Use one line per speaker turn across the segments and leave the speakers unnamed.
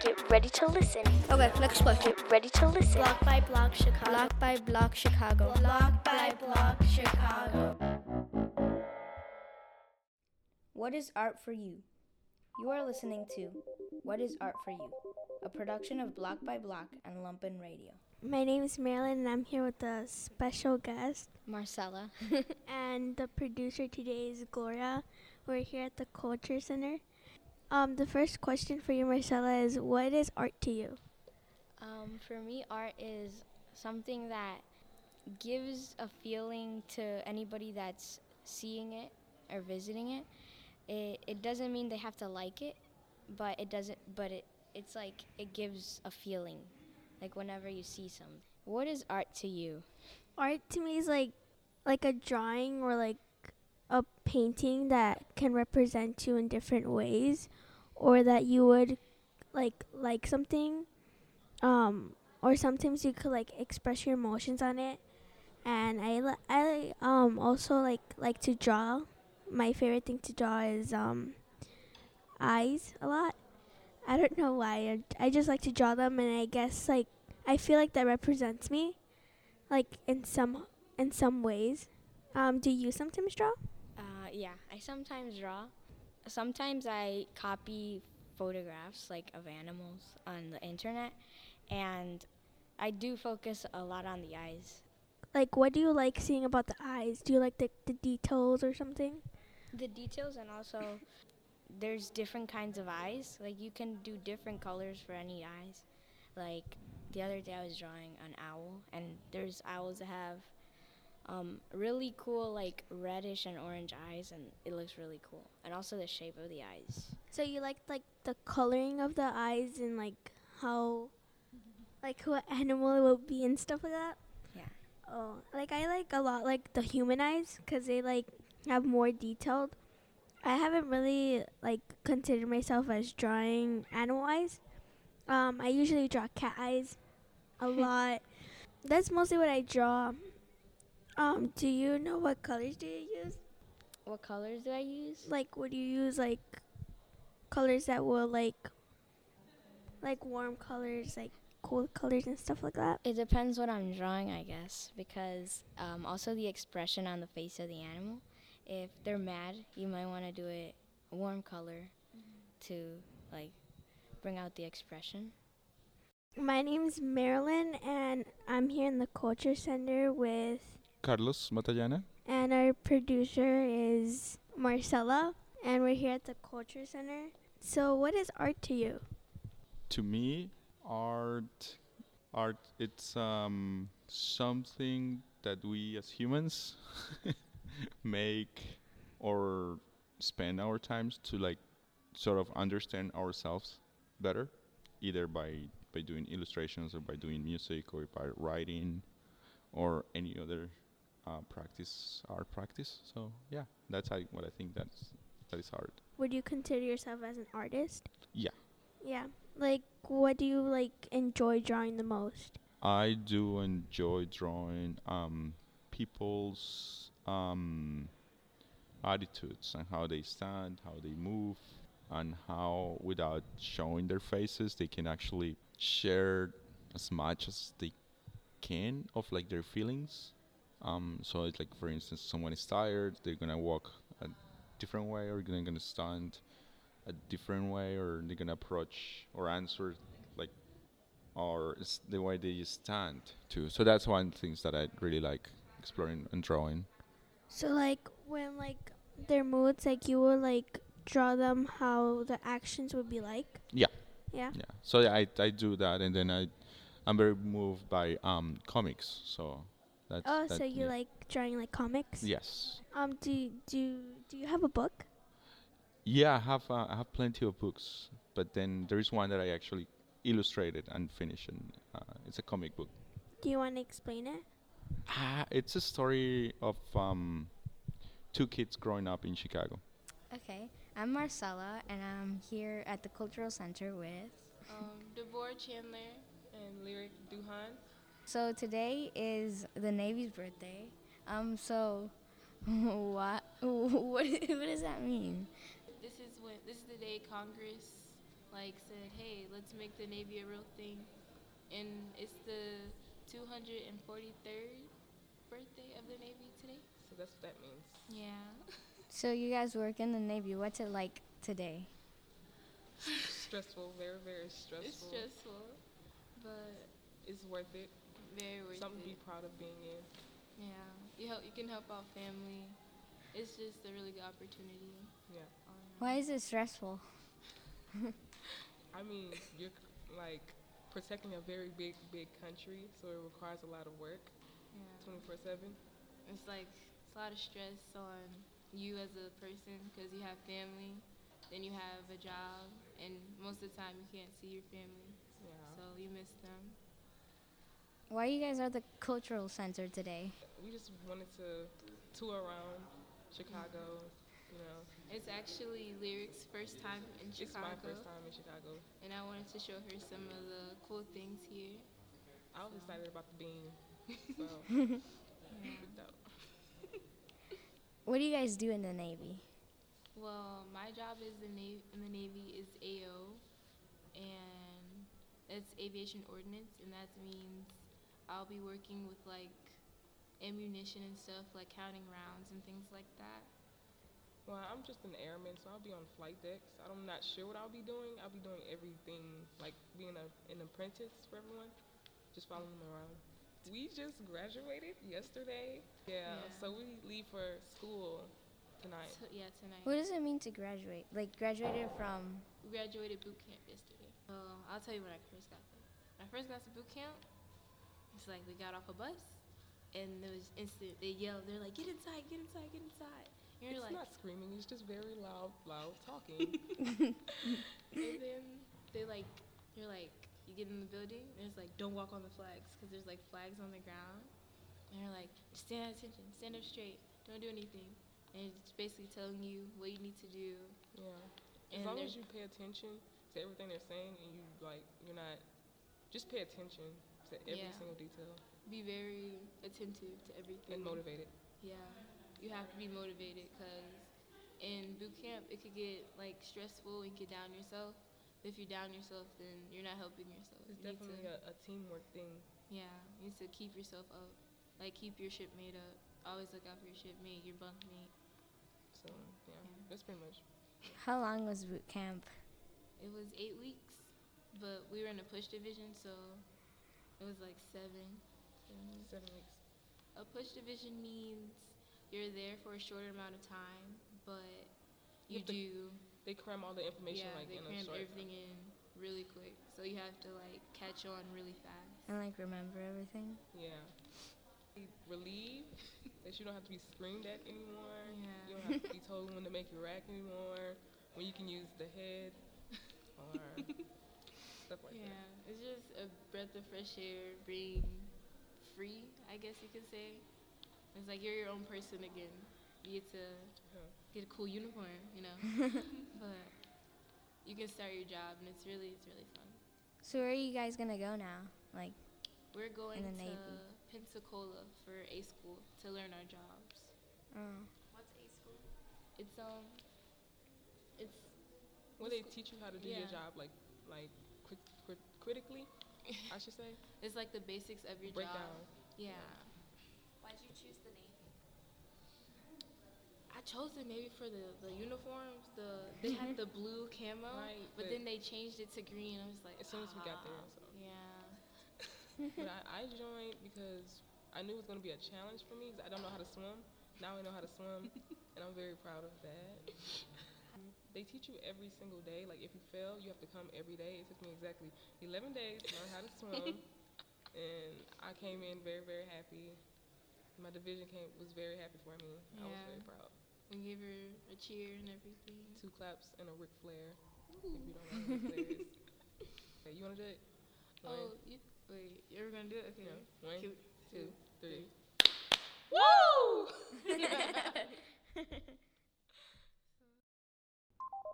Get ready to listen.
Okay, next question.
Get ready to listen.
Block by block Chicago.
Block by block, Chicago.
block by block Chicago.
What is art for you? You are listening to What is Art for You? A production of Block by Block and Lumpen Radio.
My name is Marilyn, and I'm here with a special guest.
Marcella.
And the producer today is Gloria. We're here at the Culture Center. Um, the first question for you, Marcella, is what is art to you?
Um, for me, art is something that gives a feeling to anybody that's seeing it or visiting it. It, it doesn't mean they have to like it, but it doesn't. But it it's like it gives a feeling, like whenever you see something. What is art to you?
Art to me is like like a drawing or like a painting that can represent you in different ways or that you would like like something um or sometimes you could like express your emotions on it and i li- i um also like like to draw my favorite thing to draw is um eyes a lot i don't know why i, I just like to draw them and i guess like i feel like that represents me like in some in some ways um do you sometimes draw
Uh, yeah, I sometimes draw. Sometimes I copy photographs like of animals on the internet, and I do focus a lot on the eyes.
like what do you like seeing about the eyes do you like the, the details or something
the details and also there's different kinds of eyes like you can do different colors for any eyes like the other day i was drawing an owl and there's owls that have um, really cool like reddish and orange eyes and it looks really cool and also the shape of the eyes
so you like like the coloring of the eyes and like how like what animal it will be and stuff like that
Yeah.
oh like i like a lot like the human eyes because they like have more detailed i haven't really like considered myself as drawing animal eyes um i usually draw cat eyes a lot that's mostly what i draw um do you know what colors do you use
what colors do i use
like would you use like colors that will like like warm colors like cool colors and stuff like that
it depends what i'm drawing i guess because um, also the expression on the face of the animal if they're mad you might want to do it a warm color to like bring out the expression
my name's marilyn and i'm here in the culture center with
Carlos Matallana.
and our producer is marcella and we're here at the culture center so what is art to you
To me, art, art, it's um, something that we as humans make or spend our times to like sort of understand ourselves better, either by by doing illustrations or by doing music or by writing or any other uh, practice, art practice. So yeah, that's I, what I think that's that is art.
would you consider yourself as an artist
Yeah.
yeah like what do you like enjoy drawing the most
I do enjoy drawing um, people's um, attitudes and how they stand, how they move, and how, without showing their faces, they can actually share as much as they can of like their feelings. Um, so it's like, for instance, someone is tired, they're gonna walk a different way, or they're gonna stand a different way, or they're gonna approach or answer like or s- the way they stand too. So that's one things that I really like exploring and drawing.
So like when like their moods, like you will like draw them how the actions would be like.
Yeah.
Yeah.
Yeah. So yeah, I I do that, and then I I'm very moved by um comics. So that's
Oh,
that-
so you
yeah.
like drawing like comics?
yes.
Um, do do do you have a book?
Yeah, I have uh, I have plenty of books, but then there is one that I actually illustrated and finished, and uh, it's a comic book.
Do you want to explain it?
Ah, it's a story of um two kids growing up in Chicago.
okay i'm marcella and i'm here at the cultural center with
um, Deborah Chandler and Lyric Duhan.
so today is the navy's birthday um so what what, what does that mean
This is when this is the day Congress like said, "Hey, let's make the Navy a real thing," and it's the 243rd birthday of the Navy today.
So that's what that means.
Yeah.
So you guys work in the Navy. What's it like today?
stressful, very, very stressful.
It's stressful, but
It's worth it.
very worth
Something to
it.
be proud of being
Yeah,
in.
you help. You can help out family. It's just a really good opportunity.
Yeah.
all around.
Why is it stressful?
I mean, you're c- like protecting a very big, big country, so it requires a lot of work,
Yeah.
24/7.
It's like it's a lot of stress on you as a person because you have family, then you have a job, and most of the time you can't see your family,
Yeah.
so you miss them.
Why you guys are the cultural center today?
we just wanted to tour around Chicago. You know,
It's actually Lyric's first time in
it's my
Chicago,
first time in Chicago.
and I wanted to show her some of the cool things here.
I was excited about the bean. So freaked out.
What do you guys do in the Navy?
Well, my job is the Navy, in the Navy is AO, and it's aviation ordnance, and that means I'll be working with like ammunition and stuff, like counting rounds and things like that.
Well, I'm just an airman, so I'll be on flight decks. I'm not sure what I'll be doing. I'll be doing everything like being a, an apprentice for everyone, just following them around. We just graduated yesterday. Yeah,
Yeah.
so we leave for school tonight.
So, yeah, tonight.
What does it mean to graduate? Like graduated from
We graduated boot camp yesterday. So I'll tell you when I first got there. When I first got to boot camp, it's like we got off a bus, and there was instant. They yelled, they're like, "Get inside! Get inside! Get inside!" And
It's
you're like,
not screaming. It's just very loud, loud talking.
and then they like you're like you get in the building and it's like don't walk on the flags because there's like flags on the ground and they're like stand at attention stand up straight don't do anything and it's basically telling you what you need to do
yeah.
and
as long
they're-
as you pay attention to everything they're saying and you like you're not just pay attention to every
Yeah.
single detail
be very attentive to everything
and motivated
yeah you have to be motivated because in boot camp it could get like stressful and get down yourself if you down yourself then you're not helping yourself You
it's
need to-
definitely a, a teamwork thing
Yeah, you need to keep yourself up. Like, keep your shipmate up. Always look out for your shipmate, your bunkmate.
so yeah,
Yeah.
that's pretty much
how long was boot camp?
It was eight weeks, but we were in the push division, so it was like seven. seven weeks.
seven weeks
A push division means you're there for a shorter amount of time, but you
You have to
do.
they cram all the information
yeah,
like
they
in a
cram
short
everything in really quick, so you have to like catch on really fast.
And like remember everything?
yeah Be relieved that you don't have to be screamed at anymore you
Yeah.
don't have to be told when to make your rack anymore when you can use the head or stuff like that
Yeah, it's just a breath of fresh air, being free, I guess you could say. It's like you're your own person again. You get to
Yeah.
get a cool uniform, you know. but you can start your job, and it's really, it's really fun.
So where are you guys gonna go now? Like
We're going
the
to
Navy.
Pensacola for A school to learn our jobs.
oh.
What's A school?
It's um, it's
Well, they teach you how to do your
Yeah.
job like like crit- crit- critically, I should say.
it's like the basics of your
Breakdown.
job. yeah.
Why'd you choose the Navy?
I chose the Navy for the, the uniforms. The they had the blue camo,
Right,
but
but-
then they changed it to green. I was like,
As soon as we got there,
"Ah."
so.
Yeah,
But I, I joined because I knew it was gonna be a challenge for me. 'cause I don't know how to swim. Now I know how to swim, and I'm very proud of that. They teach you every single day. Like if you fail, you have to come every day. It took me exactly 11 days to learn how to swim, and I came in very very happy. My division came was very happy for me. I was
Yeah.
very proud.
we gave her a cheer and everything.
Two claps and a Ric Flair. If you don't know what Ric Flair is. Okay, you wanna do it? One,
Oh, you, wait, you were gonna do it? Okay.
yeah, one,
Two,
two, three.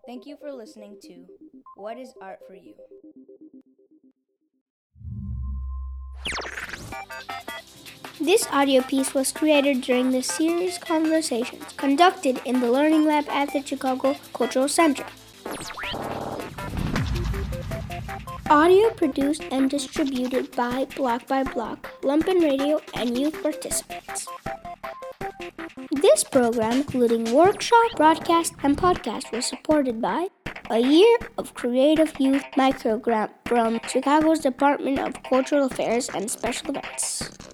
Thank you for listening to What is Art for You?
This audio piece was created during the series Conversations conducted in the Learning Lab at the Chicago Cultural Center. Audio produced and distributed by Block by Block, Lumpin' Radio, and youth participants. This program, including workshop, broadcast, and podcast, was supported by a year of creative youth microgrant from Chicago's Department of Cultural Affairs and Special Events.